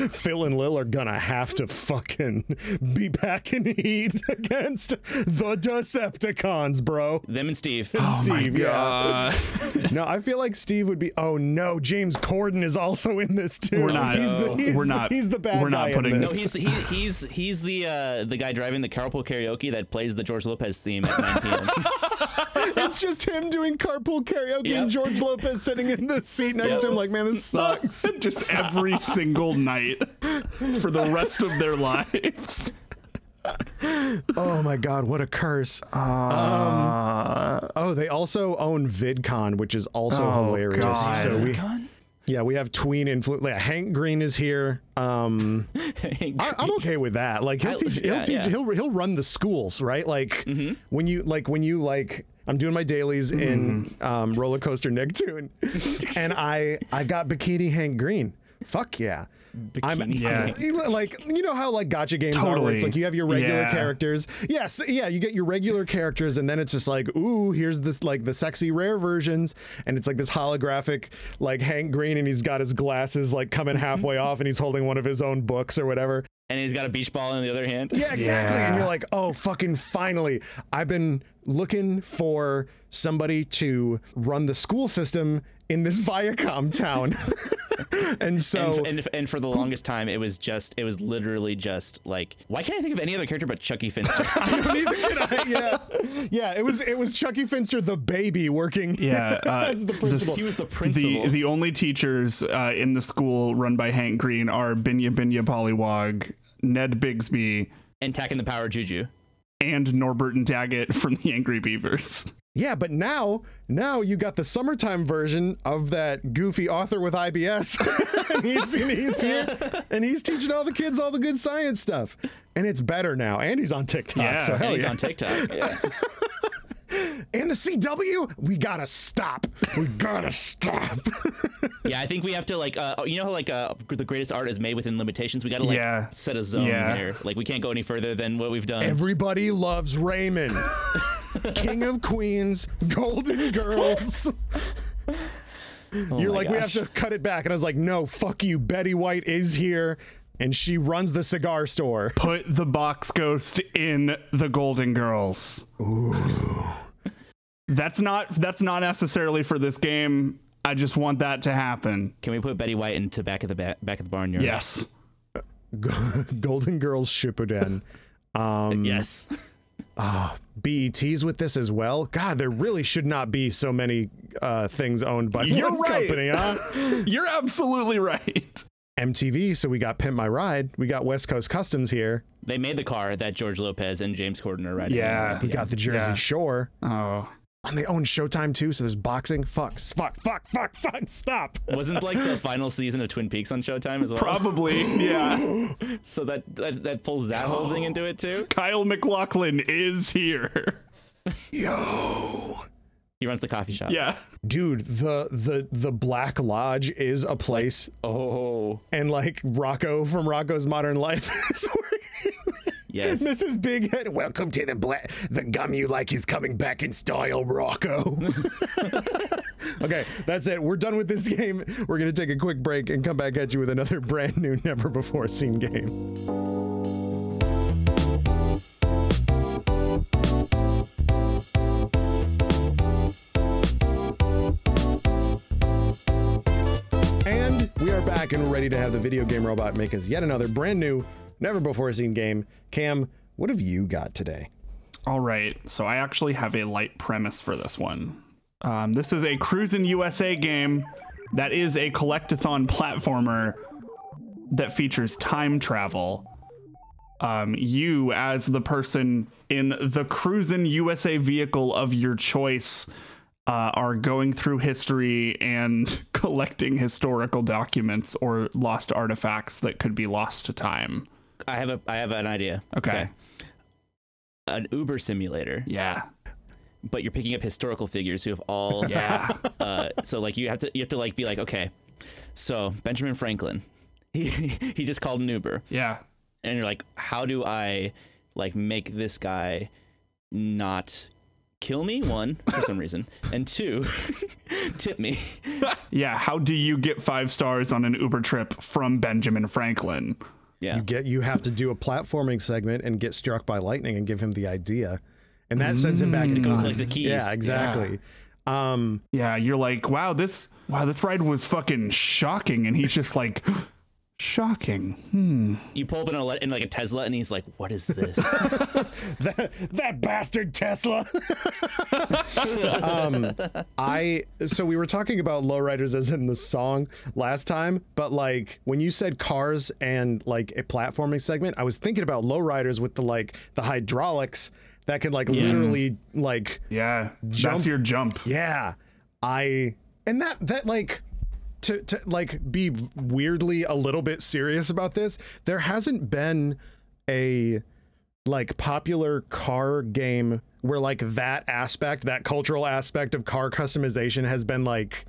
Speaker 1: (laughs) Phil and Lil are gonna have to fucking be back in heat (laughs) against the Decepticons, bro.
Speaker 3: Them and Steve.
Speaker 2: Oh,
Speaker 1: Steve, yeah.
Speaker 2: Uh,
Speaker 1: No, I feel like Steve would be. Oh no, James Corden is also in this too.
Speaker 2: We're not- uh,
Speaker 1: He's the, he's
Speaker 2: we're
Speaker 1: the-
Speaker 2: not-
Speaker 1: He's the bad
Speaker 2: we're
Speaker 1: guy
Speaker 2: not
Speaker 1: in
Speaker 2: putting-
Speaker 1: this.
Speaker 3: No, he's he, he's he's the uh, the guy driving the carpool karaoke that plays the George Lopez theme at 9 p.m.
Speaker 2: (laughs)
Speaker 1: It's just him doing carpool karaoke
Speaker 3: Yep.
Speaker 1: and George Lopez sitting in the seat next
Speaker 3: Yep.
Speaker 1: to him, like, man, this sucks.
Speaker 2: (laughs) just every single night for the rest of their lives.
Speaker 1: oh my god, what a curse. Um,
Speaker 2: Uh,
Speaker 1: Oh, they also own VidCon, which is also
Speaker 2: Oh,
Speaker 1: hilarious.
Speaker 2: God.
Speaker 1: So we
Speaker 3: Con?
Speaker 1: yeah, we have tween influence. Yeah, Hank Green is here.
Speaker 3: (laughs)
Speaker 1: Um, I, I'm okay with that. Like he'll
Speaker 3: I-
Speaker 1: teach, he'll
Speaker 3: yeah,
Speaker 1: teach,
Speaker 3: yeah. Mm-hmm.
Speaker 1: he'll he'll run the schools, right? Like when you like when you like. I'm doing my dailies
Speaker 2: Mm-hmm.
Speaker 1: in um, roller coaster
Speaker 3: (laughs)
Speaker 1: Nicktoon, and I I got bikini Hank Green. Fuck yeah! I'm
Speaker 3: Bikini
Speaker 2: Yeah.
Speaker 1: I- like you know how like gotcha games are where
Speaker 2: Totally.
Speaker 1: it's like you have your regular
Speaker 2: Yeah.
Speaker 1: characters. Yes, yeah, you get your regular characters, and then it's just like, ooh, here's this like the sexy rare versions, and it's like this holographic like Hank Green, and he's got his glasses like
Speaker 2: (laughs)
Speaker 1: coming halfway off, and he's holding one of his own books or whatever.
Speaker 3: and he's got a beach ball in the other hand.
Speaker 1: Yeah, exactly. And
Speaker 2: Yeah.
Speaker 1: you're like, oh, fucking finally. I've been looking for somebody to run the school system in this Viacom town. (laughs) and so.
Speaker 3: And, and and for the longest time, it was just it was literally just like why can't I think of any other character but
Speaker 1: (laughs)
Speaker 3: Chucky Finster?
Speaker 1: Neither can I. Yeah, yeah. It was it was Chucky Finster, the baby, working.
Speaker 2: (laughs) yeah, uh,
Speaker 1: as the
Speaker 2: the-
Speaker 1: principal.
Speaker 3: he was the principal.
Speaker 2: the the only teachers uh, in the school run by Hank Green are Binya Binya Pollywog, Ned Bigsby,
Speaker 3: and Tack and the Power Juju.
Speaker 2: and Norbert and Daggett from the Angry Beavers.
Speaker 1: yeah, but now now you got the summertime version of that goofy author with IBS, (laughs) and he's and he's
Speaker 3: (laughs)
Speaker 1: here and he's teaching all the kids all the good science stuff, and it's better now. And he's on TikTok.
Speaker 2: Yeah.
Speaker 1: so
Speaker 3: And
Speaker 1: hell
Speaker 3: he's
Speaker 1: (laughs) yeah.
Speaker 3: on TikTok. Yeah.
Speaker 1: and the CW, we gotta stop. We gotta
Speaker 3: (laughs)
Speaker 1: stop.
Speaker 3: yeah, I think we have to like uh, you know how like uh, the greatest art is made within limitations. We got to like
Speaker 2: Yeah.
Speaker 3: set a zone
Speaker 2: Yeah.
Speaker 3: here. Like we can't go any further than what we've done.
Speaker 1: Everybody loves Raymond. King of Queens, Golden
Speaker 3: (laughs)
Speaker 1: Girls. You're
Speaker 3: Oh my
Speaker 1: like, we have
Speaker 3: gosh.
Speaker 1: to cut it back. And I was like, no, fuck you. Betty White is here and she runs the cigar store.
Speaker 2: Put the box ghost in the Golden Girls. Ooh. That's not that's not necessarily for this game. I just want that to happen.
Speaker 3: Can we put Betty White into back of the ba- back of the barnyard?
Speaker 2: Yes.
Speaker 1: (laughs) Golden Girls Shippuden. Um,
Speaker 3: Yes. (laughs)
Speaker 1: BET's with this as well. God, there really should not be so many uh, things owned by
Speaker 2: You're
Speaker 1: one
Speaker 2: right.
Speaker 1: company,
Speaker 2: (laughs)
Speaker 1: huh?
Speaker 2: You're absolutely right.
Speaker 1: MTV, so we got Pimp My Ride. We got West Coast Customs here.
Speaker 3: They made the car that George Lopez and James Corden are riding. in.
Speaker 2: Yeah.
Speaker 1: We got the Jersey
Speaker 2: Yeah.
Speaker 1: Shore.
Speaker 2: Oh.
Speaker 1: And they own Showtime too, so there's boxing. Fuck, s- fuck, fuck, fuck, fuck, stop.
Speaker 3: Wasn't like the final season of Twin Peaks on Showtime as well.
Speaker 2: Probably. (gasps) Yeah.
Speaker 3: so that, that that pulls that whole thing into it too.
Speaker 2: Kyle McLaughlin is here.
Speaker 1: Yo.
Speaker 3: He runs the coffee shop.
Speaker 2: Yeah.
Speaker 1: Dude, the the the Black Lodge is a place
Speaker 3: Oh.
Speaker 1: and like Rocco from Rocco's Modern Life (laughs) is working.
Speaker 3: Yes.
Speaker 1: Mrs. Big Head, welcome to the black the gum you like is coming back in style, Rocco. (laughs) okay, that's it. We're done with this game. We're gonna take a quick break and come back at you with another brand new, never before seen game. And we are back and we're ready to have the video game robot make us yet another brand new, never before seen game. Cam, what have you got today?
Speaker 2: All right, so I actually have a light premise for this one. Um, this is a Cruisin' USA game that is a collectathon platformer that features time travel. Um, you, as the person in the Cruisin' USA vehicle of your choice, uh, are going through history and (laughs) collecting historical documents or lost artifacts that could be lost to time.
Speaker 3: (laughs) I have a I have an idea.
Speaker 2: Okay.
Speaker 3: An Uber simulator,
Speaker 2: Yeah.
Speaker 3: but you're picking up historical figures who have all
Speaker 2: Yeah.
Speaker 3: uh, so like you have to you have to like be like okay so benjamin franklin (laughs) he he just called an uber
Speaker 2: yeah.
Speaker 3: and you're like how do i like make this guy not kill me one for some reason and two (laughs) tip me (laughs)
Speaker 2: Yeah. How do you get five stars on an Uber trip from Benjamin Franklin?
Speaker 3: yeah
Speaker 1: You get you have to do a platforming segment and get struck by lightning and give him the idea, and that sends him back to
Speaker 3: Go
Speaker 1: time.
Speaker 3: collect the keys.
Speaker 1: Yeah, exactly. Um,
Speaker 2: Yeah. You're like, wow, this wow, this ride was fucking shocking, and he's just like, (gasps) shocking.
Speaker 3: you pull up in, a, le- in like a tesla and he's like what is this
Speaker 1: that, that bastard Tesla. (laughs) um, I so we were talking about lowriders as in the song last time, but like when you said cars and like a platforming segment, I was thinking about lowriders with the like the hydraulics that could like literally like
Speaker 2: Yeah.
Speaker 1: Jump.
Speaker 2: That's your jump.
Speaker 1: yeah, I and that that like to to like be weirdly a little bit serious about this. There hasn't been a like popular car game where like that aspect, that cultural aspect of car customization has been like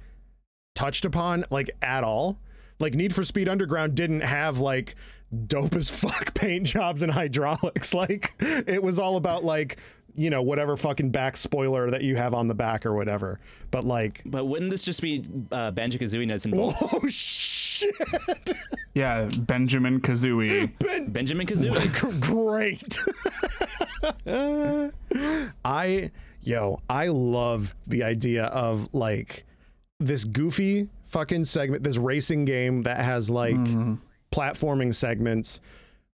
Speaker 1: touched upon like at all. Like Need for Speed Underground didn't have like dope as (laughs) fuck paint jobs and hydraulics. (laughs) Like it was all about like, you know, whatever fucking back spoiler that you have on the back or whatever. But like (laughs)
Speaker 3: but wouldn't this just be uh, banjo kazooie nuts and bolts
Speaker 1: Oh shit.
Speaker 2: Yeah. Benjamin Kazooie.
Speaker 1: Ben
Speaker 3: benjamin
Speaker 1: (laughs)
Speaker 3: kazooie
Speaker 1: great. (laughs) I yo, I love the idea of like this goofy fucking segment, this racing game that has like
Speaker 3: Mm-hmm.
Speaker 1: platforming segments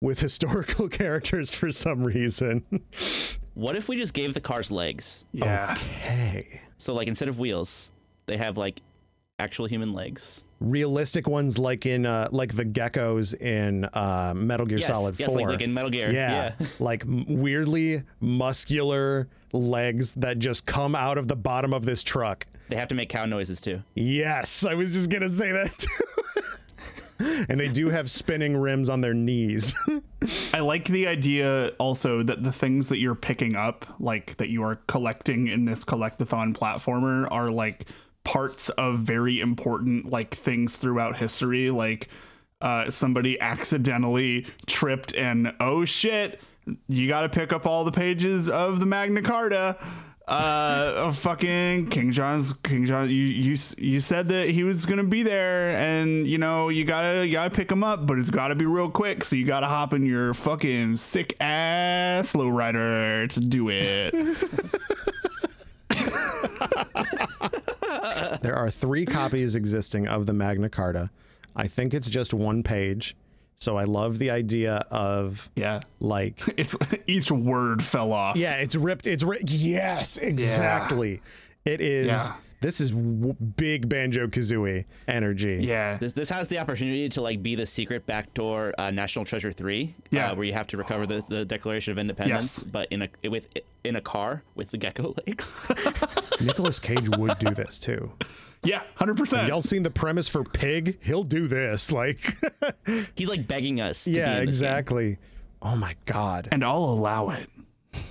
Speaker 1: with (laughs) historical characters for some reason.
Speaker 3: what if we just gave the cars legs
Speaker 2: Yeah.
Speaker 1: Hey,
Speaker 3: so like instead of wheels they have like actual human legs
Speaker 1: realistic ones like in uh like the geckos in uh Metal Gear
Speaker 3: yes
Speaker 1: Solid
Speaker 3: yes
Speaker 1: 4.
Speaker 3: like, like in metal gear
Speaker 1: yeah, (laughs) like m- weirdly muscular legs that just come out of the bottom of this truck.
Speaker 3: (laughs) they have to make cow noises too
Speaker 1: Yes, I was just gonna say that. too. (laughs) and they do have spinning rims on their knees. (laughs)
Speaker 2: I like the idea also that the things that you're picking up, like that you are collecting in this collectathon platformer, are like parts of very important like things throughout history. Like uh, somebody accidentally tripped and oh shit, you got to pick up all the pages of the Magna Carta. Uh, of fucking King John's King John. You you s- you said that he was gonna be there, and you know you gotta you gotta pick him up, but it's gotta be real quick. So you gotta hop in your fucking sick ass lowrider to do it.
Speaker 1: (laughs) there are three copies existing of the Magna Carta. I think it's just one page. So I love the idea of
Speaker 2: yeah,
Speaker 1: like
Speaker 2: it's (laughs) each word fell off.
Speaker 1: Yeah, it's ripped. It's ripped. Yes, exactly. It is.
Speaker 2: Yeah.
Speaker 1: This is w- big Banjo Kazooie energy.
Speaker 2: yeah,
Speaker 3: this this has the opportunity to like be the secret backdoor uh, national treasure 3
Speaker 2: Yeah.
Speaker 3: uh, where you have to recover the, the declaration of independence
Speaker 2: Yes.
Speaker 3: but in a with in a car with the gecko (laughs) legs
Speaker 1: Nicolas Cage would do this too.
Speaker 2: yeah, hundred percent.
Speaker 1: Y'all seen the premise for Pig? He'll do this. Like, (laughs)
Speaker 3: he's like begging us to be
Speaker 1: yeah,
Speaker 3: in this game.
Speaker 1: exactly. Oh my God.
Speaker 2: And I'll allow it.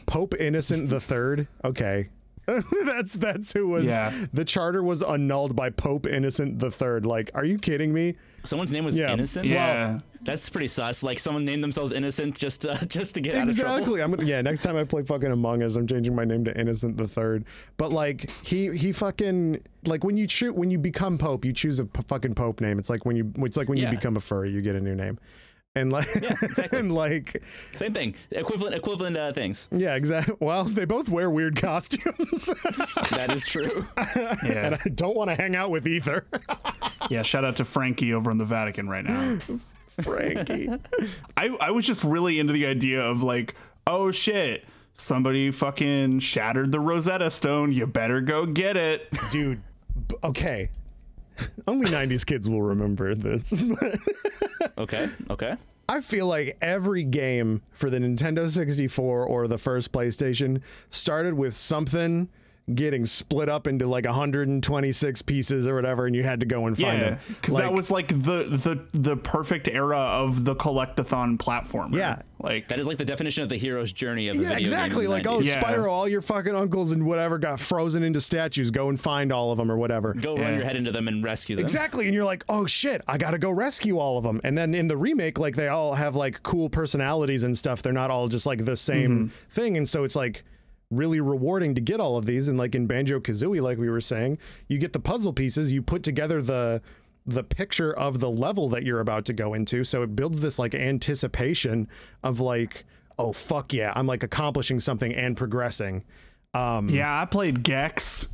Speaker 1: Pope Innocent the Third. Okay, (laughs) that's that's who was.
Speaker 2: Yeah.
Speaker 1: The charter was annulled by Pope Innocent the Third. Like, are you kidding me?
Speaker 3: someone's name was
Speaker 1: Yeah.
Speaker 3: innocent
Speaker 2: Yeah.
Speaker 3: that's pretty sus like someone named themselves innocent just to, (laughs) just to get out of trouble
Speaker 1: Exactly. I'm gonna, yeah. Next time I play fucking Among Us, I'm changing my name to Innocent the Third. But like he he fucking like when you choose when you become Pope, you choose a p- fucking Pope name. It's like when you it's like when
Speaker 3: Yeah.
Speaker 1: you become a furry, you get a new name, and like (laughs)
Speaker 3: exactly.
Speaker 1: and like
Speaker 3: same thing equivalent equivalent uh,
Speaker 1: (laughs)
Speaker 3: things
Speaker 1: yeah, exactly. Well, they both wear weird costumes. (laughs)
Speaker 3: that is true
Speaker 2: Yeah,
Speaker 1: I don't want to hang out with either. (laughs)
Speaker 2: yeah. Shout out to Frankie over in the Vatican right
Speaker 1: (laughs)
Speaker 2: now.
Speaker 1: Frankie.
Speaker 2: I, I was just really into the idea of like, oh shit, somebody fucking shattered the Rosetta Stone. You better go get it.
Speaker 1: dude b- okay (laughs) only 90s kids will remember this (laughs) but
Speaker 3: okay okay
Speaker 1: i feel like every game for the nintendo 64 or the first playstation started with something getting split up into like 126 pieces or whatever, and you had to go and find
Speaker 2: Yeah,
Speaker 1: them.
Speaker 2: because that was like the the the perfect era of the collectathon platform.
Speaker 1: Yeah.
Speaker 2: like
Speaker 3: That is like the definition of the hero's journey of a
Speaker 1: Yeah,
Speaker 3: video
Speaker 1: exactly.
Speaker 3: game. in
Speaker 1: Like,
Speaker 3: the
Speaker 1: oh,
Speaker 3: 90s.
Speaker 2: Yeah.
Speaker 1: Spyro, all your fucking uncles and whatever got frozen into statues. Go and find all of them or whatever.
Speaker 3: go
Speaker 2: Yeah.
Speaker 3: run your head into them and rescue them.
Speaker 1: Exactly. And you're like, oh shit, I gotta go rescue all of them. And then in the remake, like they all have like cool personalities and stuff. They're not all just like the same thing. And so it's like really rewarding to get all of these. And like in Banjo Kazooie, like we were saying, you get the puzzle pieces, you put together the the picture of the level that you're about to go into. So it builds this like anticipation of like, oh fuck yeah, I'm like accomplishing something and progressing. Um,
Speaker 2: yeah, I played Gex.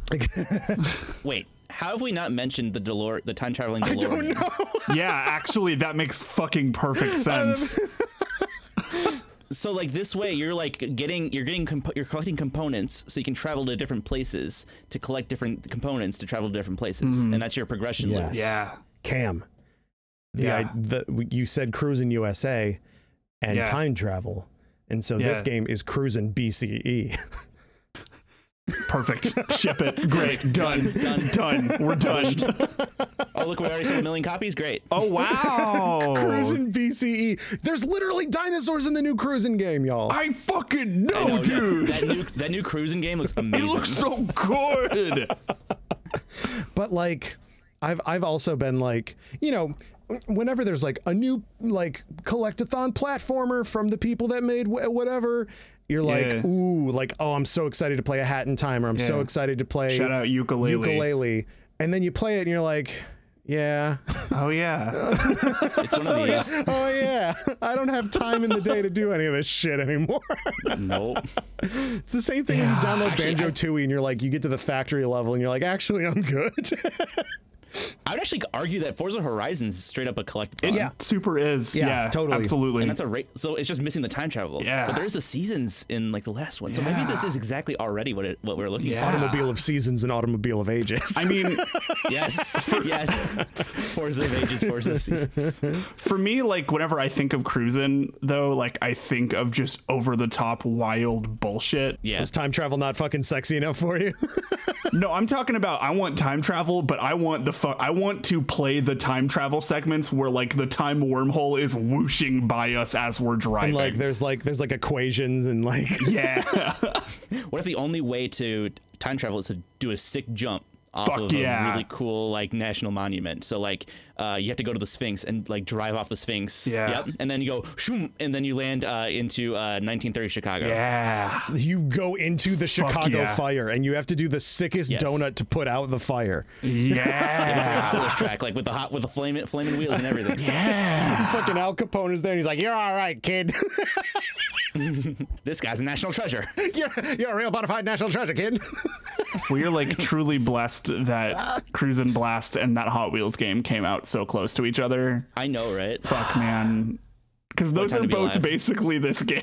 Speaker 3: Wait, how have we not mentioned the Delor the time traveling DeLorean?
Speaker 2: yeah, actually, that makes fucking perfect sense.
Speaker 3: So like this way, you're like getting you're getting comp- you're collecting components, so you can travel to different places to collect different components to travel to different places,
Speaker 2: Mm-hmm.
Speaker 3: and that's your progression loop.
Speaker 1: Yes.
Speaker 2: yeah,
Speaker 1: Cam. The,
Speaker 2: Yeah.
Speaker 1: I, the w- you said cruising USA and
Speaker 2: Yeah.
Speaker 1: time travel. And so this
Speaker 2: Yeah.
Speaker 1: game is cruising E. (laughs) BCE.
Speaker 2: perfect. Ship it. Great. Done.
Speaker 3: Done.
Speaker 2: Done. We're done.
Speaker 3: Oh look, we already sold a million copies. Great.
Speaker 2: oh wow.
Speaker 1: cruising BCE. There's literally dinosaurs in the new cruising game, y'all.
Speaker 2: I fucking know,
Speaker 3: Oh, yeah. (laughs)
Speaker 2: dude.
Speaker 3: that new that new cruising
Speaker 1: (laughs)
Speaker 3: game looks
Speaker 2: it
Speaker 3: amazing.
Speaker 2: looks so good.
Speaker 1: but like I've I've also been like, you know, whenever there's like a new like collectathon platformer from the people that made wh- whatever, you're like,
Speaker 2: Yeah.
Speaker 1: ooh, like oh, I'm so excited to play a Hat in Time or I'm so
Speaker 2: Yeah.
Speaker 1: excited to play
Speaker 2: Shout out ukulele.
Speaker 1: ukulele. And then you play it and you're like, yeah. (laughs)
Speaker 2: Oh yeah.
Speaker 3: it's one of these.
Speaker 1: oh yeah i don't have time in the day to do any of this shit anymore (laughs)
Speaker 3: nope.
Speaker 1: it's the same thing
Speaker 2: Yeah,
Speaker 1: when you download
Speaker 3: actually,
Speaker 1: banjo tooie and you're like you get to the factory level and you're like actually i'm good (laughs)
Speaker 3: I would actually argue that Forza Horizons is straight up a collectible.
Speaker 1: Yeah.
Speaker 2: Super is.
Speaker 1: Yeah,
Speaker 2: Yeah.
Speaker 1: totally.
Speaker 2: Absolutely.
Speaker 3: And that's a rate. So it's just missing the time travel.
Speaker 2: Yeah.
Speaker 3: But there's the seasons in like the last one. So maybe this
Speaker 2: Yeah.
Speaker 3: is exactly already what it, what we're looking
Speaker 2: Yeah.
Speaker 1: automobobile of seasons and automobile of ages
Speaker 2: I mean,
Speaker 3: for.
Speaker 2: (laughs)
Speaker 3: Yes. yes. Forza of ages, Forza of seasons.
Speaker 2: for me, like whenever I think of cruising, though, like I think of just over the top wild bullshit.
Speaker 3: Yeah.
Speaker 1: is time travel not fucking sexy enough for you (laughs)
Speaker 2: No, I'm talking about I want time travel, but I want the fu- I want to play the time travel segments where like the time wormhole is whooshing by us as we're driving.
Speaker 1: and like there's like there's like equations and
Speaker 2: (laughs)
Speaker 1: like (laughs)
Speaker 2: yeah,
Speaker 3: What if the only way to time travel is to do a sick jump off
Speaker 2: Fuck
Speaker 3: of
Speaker 2: yeah.
Speaker 3: a really cool like national monument? So like uh, you have to go to the Sphinx and like drive off the Sphinx.
Speaker 2: Yeah.
Speaker 3: Yep. And then you go shoom, and then you land uh, into uh, 1930 Chicago.
Speaker 2: yeah.
Speaker 1: you go into the chicago
Speaker 2: yeah.
Speaker 1: fire and you have to do the sickest
Speaker 3: Yes.
Speaker 1: donut to put out the fire
Speaker 3: It's like a
Speaker 2: Yeah.
Speaker 3: (laughs) Hot Wheels track, like with the hot with the flaming flaming wheels and
Speaker 2: (laughs)
Speaker 3: everything.
Speaker 2: yeah.
Speaker 1: (laughs) fucking al capone is there and he's like you're all right kid (laughs)
Speaker 3: This guy's a national treasure. (laughs)
Speaker 1: you're, you're a real bona fide national treasure kid (laughs)
Speaker 2: We are like truly blessed that Cruisin' Blast and that Hot Wheels game came out so close to each other.
Speaker 3: I know, right?
Speaker 2: Fuck, man. Because those
Speaker 3: time
Speaker 2: are
Speaker 3: to be
Speaker 2: both
Speaker 3: alive.
Speaker 2: basically this game.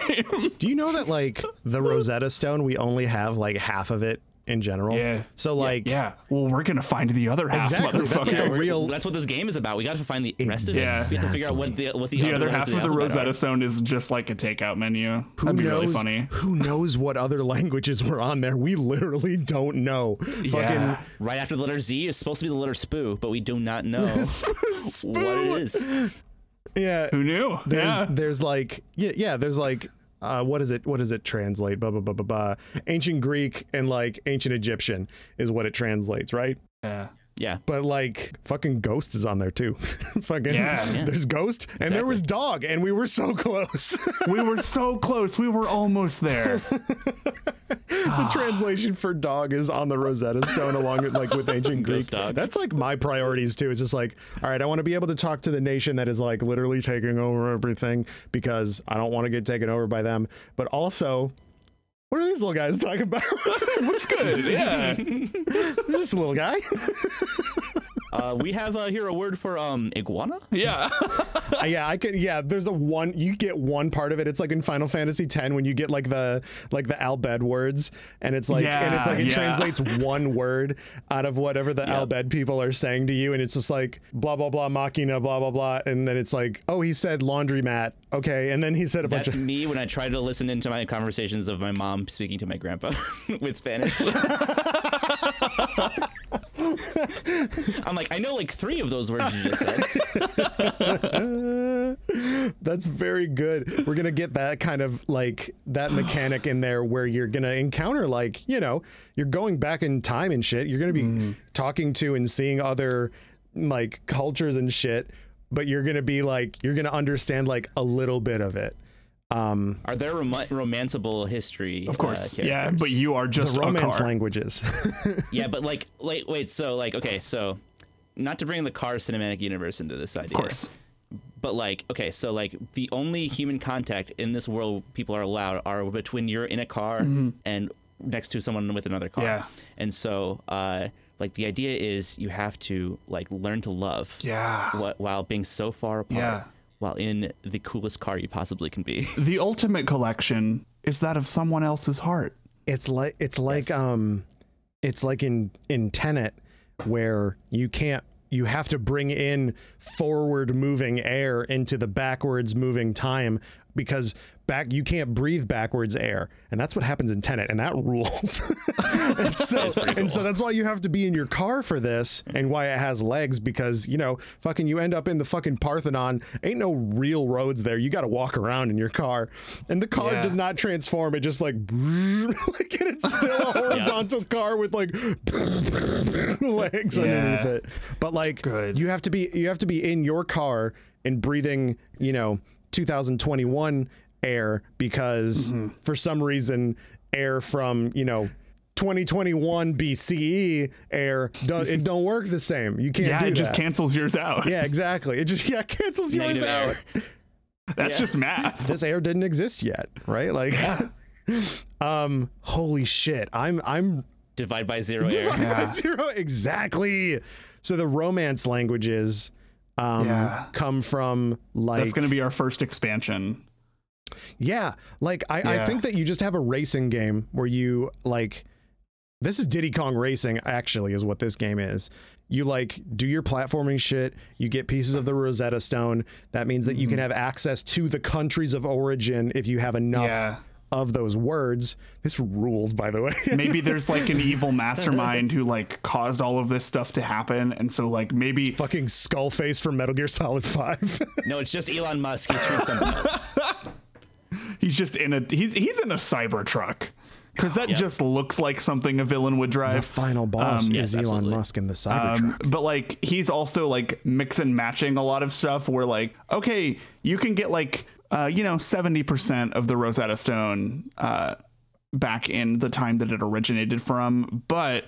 Speaker 1: Do you know that like (laughs) the Rosetta Stone, we only have like half of it in general?
Speaker 2: (laughs) Yeah.
Speaker 1: So like
Speaker 2: Well, we're gonna find the other half,
Speaker 1: Exactly, that's
Speaker 2: motherfucker.
Speaker 1: like a real
Speaker 3: That's what this game is about. We got to find the rest of it.
Speaker 2: Yeah.
Speaker 3: We have to figure out what the what the,
Speaker 2: the other half of the Rosetta
Speaker 3: Rosetta.
Speaker 2: Stone is just like a takeout menu. That'd be really funny.
Speaker 1: Who knows what other (laughs) languages were on there? We literally don't know.
Speaker 2: Yeah.
Speaker 3: Right after the letter Z is supposed to be the letter spoo, but we do
Speaker 2: (laughs)
Speaker 3: not know what it is.
Speaker 1: Fucking (laughs) yeah.
Speaker 2: Who knew?
Speaker 1: There's
Speaker 2: yeah. (laughs)
Speaker 1: there's like yeah, yeah, there's like uh, what is it? What does it translate? Blah blah blah blah blah. Ancient Greek and like ancient Egyptian is what it translates, right?
Speaker 2: yeah.
Speaker 3: Yeah.
Speaker 1: But like fucking ghost is on there too. (laughs) fucking
Speaker 2: Yeah. Yeah.
Speaker 1: there's ghost and there was dog and we were so (laughs) close.
Speaker 2: we were so close. We were almost (laughs) there.
Speaker 1: the (laughs) translation for dog is on the Rosetta Stone, along with like with ancient Greek.
Speaker 3: Ghost dog.
Speaker 1: That's like my priorities too. It's just like, all right, I want to be able to talk to the nation that is like literally taking over everything because I don't want to get taken over by them. But also, what are these little guys talking about? (laughs)
Speaker 2: What's good? (laughs) Yeah.
Speaker 1: Is this a little guy?
Speaker 3: Uh, we have uh, here a word for um iguana.
Speaker 2: Yeah.
Speaker 1: Uh, (laughs) yeah, I could. Yeah, there's a one. You get one part of it. It's like in Final Fantasy X when you get like the like the Albed words, and it's like and it's
Speaker 2: Yeah,
Speaker 1: like it
Speaker 2: yeah.
Speaker 1: translates one word out of whatever the Albed people are saying to you, and it's just like blah blah blah machina blah blah blah, and then it's like oh he said laundromat okay, and then he said a bunch
Speaker 3: (laughs) That's
Speaker 1: of
Speaker 3: me when I try to listen into my conversations of my mom speaking to my grandpa (laughs)
Speaker 2: (laughs)
Speaker 3: with Spanish. I'm like, I know like three of those words you just said.
Speaker 1: That's very good. We're gonna get that kind of like that mechanic in there where you're gonna encounter like you know you're going back in time and shit. You're gonna be talking to and seeing other like cultures and shit, but you're gonna be like you're gonna understand like a little bit of it. Um,
Speaker 3: Are there rom- romanceable history?
Speaker 2: Of course.
Speaker 3: uh,
Speaker 2: yeah,
Speaker 3: characters?
Speaker 2: but you are just
Speaker 1: the romance
Speaker 2: a car.
Speaker 1: languages.
Speaker 3: yeah, but like, wait, wait. So like, okay, so not to bring the car cinematic universe into this idea.
Speaker 2: Of course.
Speaker 3: But like, okay, so like the only human contact in this world people are allowed are between you're in a car and next to someone with another car.
Speaker 2: Mm-hmm. Yeah.
Speaker 3: And so, uh, like the idea is you have to like learn to love.
Speaker 2: Yeah.
Speaker 3: wh- while being so far apart.
Speaker 2: Yeah.
Speaker 3: While in the coolest car you possibly can be. (laughs)
Speaker 2: The ultimate collection is that of someone else's heart.
Speaker 1: it's like it's like um, it's like in in Tenet where you can't. You have to bring in forward moving air into the backwards moving time because back you can't breathe backwards air, and that's what happens in Tenet, and that (laughs) rules. and so, and so that's why you have to be in your car for this, and why it has legs because you know fucking you end up in the fucking Parthenon. Ain't no real roads there. You got to walk around in your car, and the car
Speaker 2: Yeah.
Speaker 1: does not transform. It just like (laughs) like and it's still a horizontal car with like (laughs) legs underneath
Speaker 2: Yeah.
Speaker 1: it. But like
Speaker 2: Good.
Speaker 1: you have to be you have to be in your car and breathing, you know, 2021 air because
Speaker 2: Mm-hmm.
Speaker 1: for some reason air from, you know, 2021 BCE E air do, it don't
Speaker 2: (laughs)
Speaker 1: work the same. You can't
Speaker 2: Yeah,
Speaker 1: do
Speaker 2: it just
Speaker 1: that.
Speaker 2: cancels yours out.
Speaker 1: Yeah, exactly. It just yeah cancels yours
Speaker 3: Negative
Speaker 1: out.
Speaker 3: air.
Speaker 2: That's
Speaker 3: Yeah.
Speaker 2: just math.
Speaker 1: This air didn't exist yet, right? Like (laughs) um holy shit. I'm I'm
Speaker 3: Divide by zero air.
Speaker 1: Divided by (laughs) zero exactly so the romance languages um
Speaker 2: Yeah.
Speaker 1: come from
Speaker 2: That's
Speaker 1: like
Speaker 2: going to be our first expansion.
Speaker 1: yeah like I, I
Speaker 2: Yeah.
Speaker 1: think that you just have a racing game where you like this is diddy kong racing actually is what this game is you like do your platforming shit you get pieces of the rosetta stone that means that you can have access to the countries of origin if you have enough
Speaker 2: Yeah.
Speaker 1: of those words this rules by the (laughs) way
Speaker 2: Maybe there's like an evil mastermind who like caused all of this stuff to happen. And so, like, maybe
Speaker 1: fucking skull face from metal gear solid 5
Speaker 3: No, it's just Elon Musk. He's from something else.
Speaker 2: he's just in a he's he's in a cyber truck because that
Speaker 3: Yeah.
Speaker 2: just looks like something a villain would
Speaker 1: the
Speaker 2: drive.
Speaker 1: final boss
Speaker 3: yes,
Speaker 1: is Elon
Speaker 3: absolutely.
Speaker 1: Musk in the Cybertruck.
Speaker 2: Um, but like he's also like mix and matching a lot of stuff where like okay you can get like uh, you know 70% of the rosetta stone uh, back in the time that it originated from but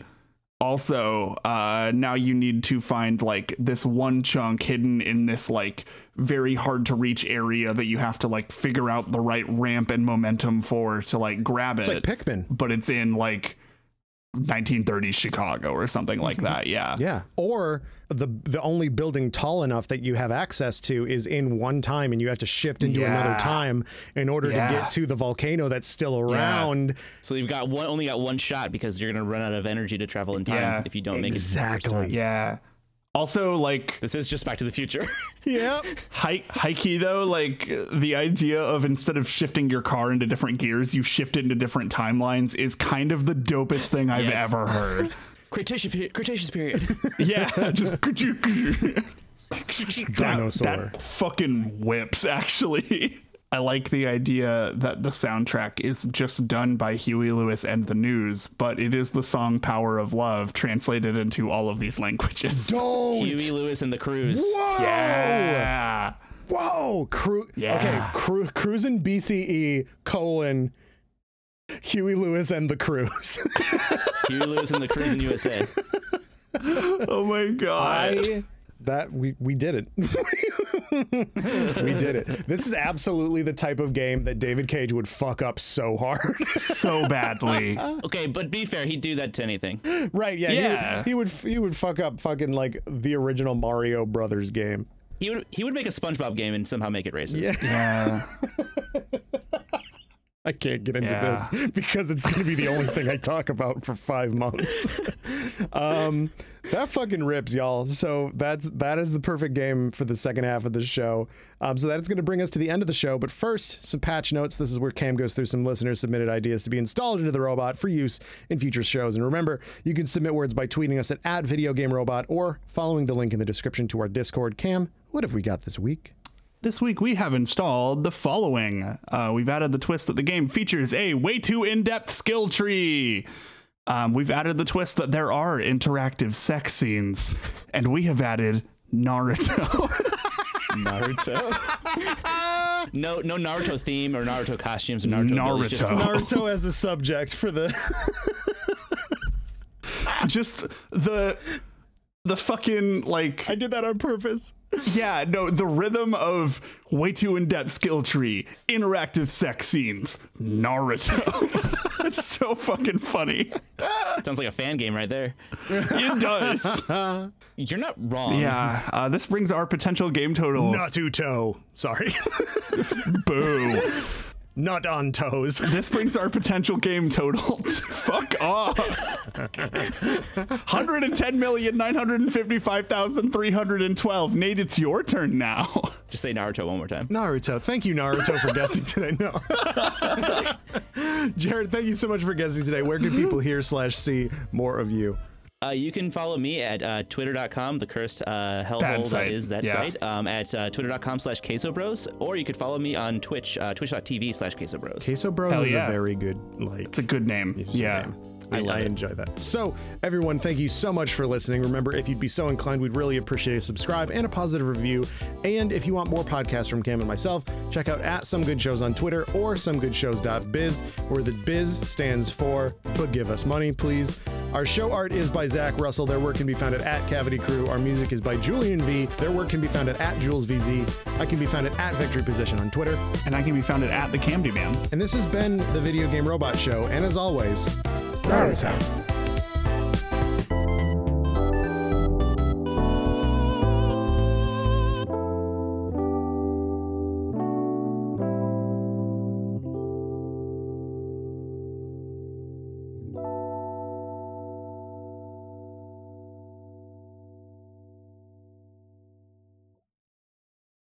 Speaker 2: also uh, now you need to find like this one chunk hidden in this like very hard to reach area that you have to like figure out the right ramp and momentum for to like grab
Speaker 1: it's
Speaker 2: it
Speaker 1: like Pikmin.
Speaker 2: but it's in like 1930s Chicago or something like that. Yeah.
Speaker 1: Mm-hmm. Yeah. Or the the only building tall enough that you have access to is in one time and you have to shift into another
Speaker 2: Yeah.
Speaker 1: time in order to
Speaker 2: Yeah.
Speaker 1: get to the volcano that's still around.
Speaker 3: So you've got one, only got one shot because you're gonna run out of energy to travel in time
Speaker 2: Yeah,
Speaker 3: if you don't make it. to the first time.
Speaker 2: Yeah. Also, like
Speaker 3: This is just Back to the Future. (laughs)
Speaker 1: Yep.
Speaker 2: hi- hikey though, like the idea of instead of shifting your car into different gears, you shift it into different timelines is kind of the dopest thing I've
Speaker 3: Yes.
Speaker 2: ever heard.
Speaker 3: Cretaceous, pe- Cretaceous (laughs) period.
Speaker 2: yeah, (laughs) just that,
Speaker 1: Dinosaur.
Speaker 2: that fucking whips. Actually, (laughs) I like the idea that the soundtrack is just done by Huey Lewis and the News, but it is the song "Power of Love" translated into all of these languages.
Speaker 1: Don't.
Speaker 3: Huey Lewis and the Cruise.
Speaker 1: Whoa.
Speaker 2: Yeah.
Speaker 1: Whoa. Cru-
Speaker 2: Yeah.
Speaker 1: Okay. Cru- cruising BCE colon Huey Lewis and the Cruise.
Speaker 3: Huey Lewis and the Cruise
Speaker 1: (laughs)
Speaker 3: in USA.
Speaker 2: Oh my god.
Speaker 1: that we we did it. (laughs) we did it. This is absolutely the type of game that David Cage would fuck up so hard. (laughs)
Speaker 2: so badly.
Speaker 3: Okay, but be fair, he'd do that to anything.
Speaker 1: right? Yeah.
Speaker 2: Yeah.
Speaker 1: He, would- he would he would fuck up fucking like the original Mario Brothers game.
Speaker 3: He would he would make a SpongeBob game and somehow make it racist.
Speaker 1: Yeah.
Speaker 2: Yeah.
Speaker 1: I can't get into
Speaker 2: Yeah.
Speaker 1: this (laughs) because it's going to be the only thing I talk about for five months. (laughs) um, that fucking rips, y'all. So that's that is the perfect game for the second half of the show. Um, so that's going to bring us to the end of the show. But first, some patch notes. This is where Cam goes through some listener submitted ideas to be installed into the robot for use in future shows. And remember, you can submit words by tweeting us at, at @videogamerobot or following the link in the description to our Discord. Cam, what have we got this week?
Speaker 2: This week we have installed the following. Uh, we've added the twist that the game features a way too in-depth skill tree. Um, we've added the twist that there are interactive sex scenes, and we have added Naruto. (laughs)
Speaker 1: (laughs)
Speaker 3: Naruto. no, no Naruto theme or Naruto costumes or Naruto. abilities, just- (laughs)
Speaker 2: Naruto.
Speaker 1: Naruto as a subject for the.
Speaker 2: Just the the fucking like
Speaker 1: I did that on purpose.
Speaker 2: yeah no the rhythm of way too in-depth skill tree interactive sex scenes Naruto. (laughs) it's so fucking funny.
Speaker 3: sounds like a fan game right there.
Speaker 2: It does.
Speaker 3: You're not wrong.
Speaker 2: Yeah, uh, this brings our potential game total.
Speaker 1: Not Uto. Sorry.
Speaker 2: (laughs) Boo.
Speaker 1: Not on toes. (laughs)
Speaker 2: this brings our potential game total. (laughs) to- Fuck off. 110,955,312. Nate, it's your turn now.
Speaker 3: Just say Naruto one more time.
Speaker 1: Naruto. Thank you, Naruto, for guessing today. No. (laughs) Jared, thank you so much for guessing today. Where can people hear slash see more of you?
Speaker 3: Uh, you can follow me at uh, twitter.com, the cursed uh,
Speaker 2: Bad
Speaker 3: hellhole that
Speaker 2: site.
Speaker 3: is that
Speaker 2: Yeah.
Speaker 3: site, um, at uh, twitter.com slash quesobros, or you could follow me on Twitch, uh, twitch.tv slash quesobros.
Speaker 1: Queso Bros
Speaker 2: Hell
Speaker 1: is
Speaker 2: yeah.
Speaker 1: a very good like.
Speaker 2: It's a good name. Yeah.
Speaker 1: I,
Speaker 3: I love
Speaker 1: I
Speaker 3: it.
Speaker 1: enjoy that. So, everyone, thank you so much for listening. Remember, if you'd be so inclined, we'd really appreciate a subscribe and a positive review. And if you want more podcasts from Cam and myself, check out at Some Good Shows on Twitter or somegoodshows.biz, where the biz stands for But Give Us Money, Please. Our show art is by Zach Russell. Their work can be found at, at Cavity Crew. Our music is by Julian V. Their work can be found at, at JulesVZ. I can be found at, at Victory Position on Twitter.
Speaker 2: And I can be found at, at the Camdy Man.
Speaker 1: And this has been the Video Game Robot Show. And as always, Naruto.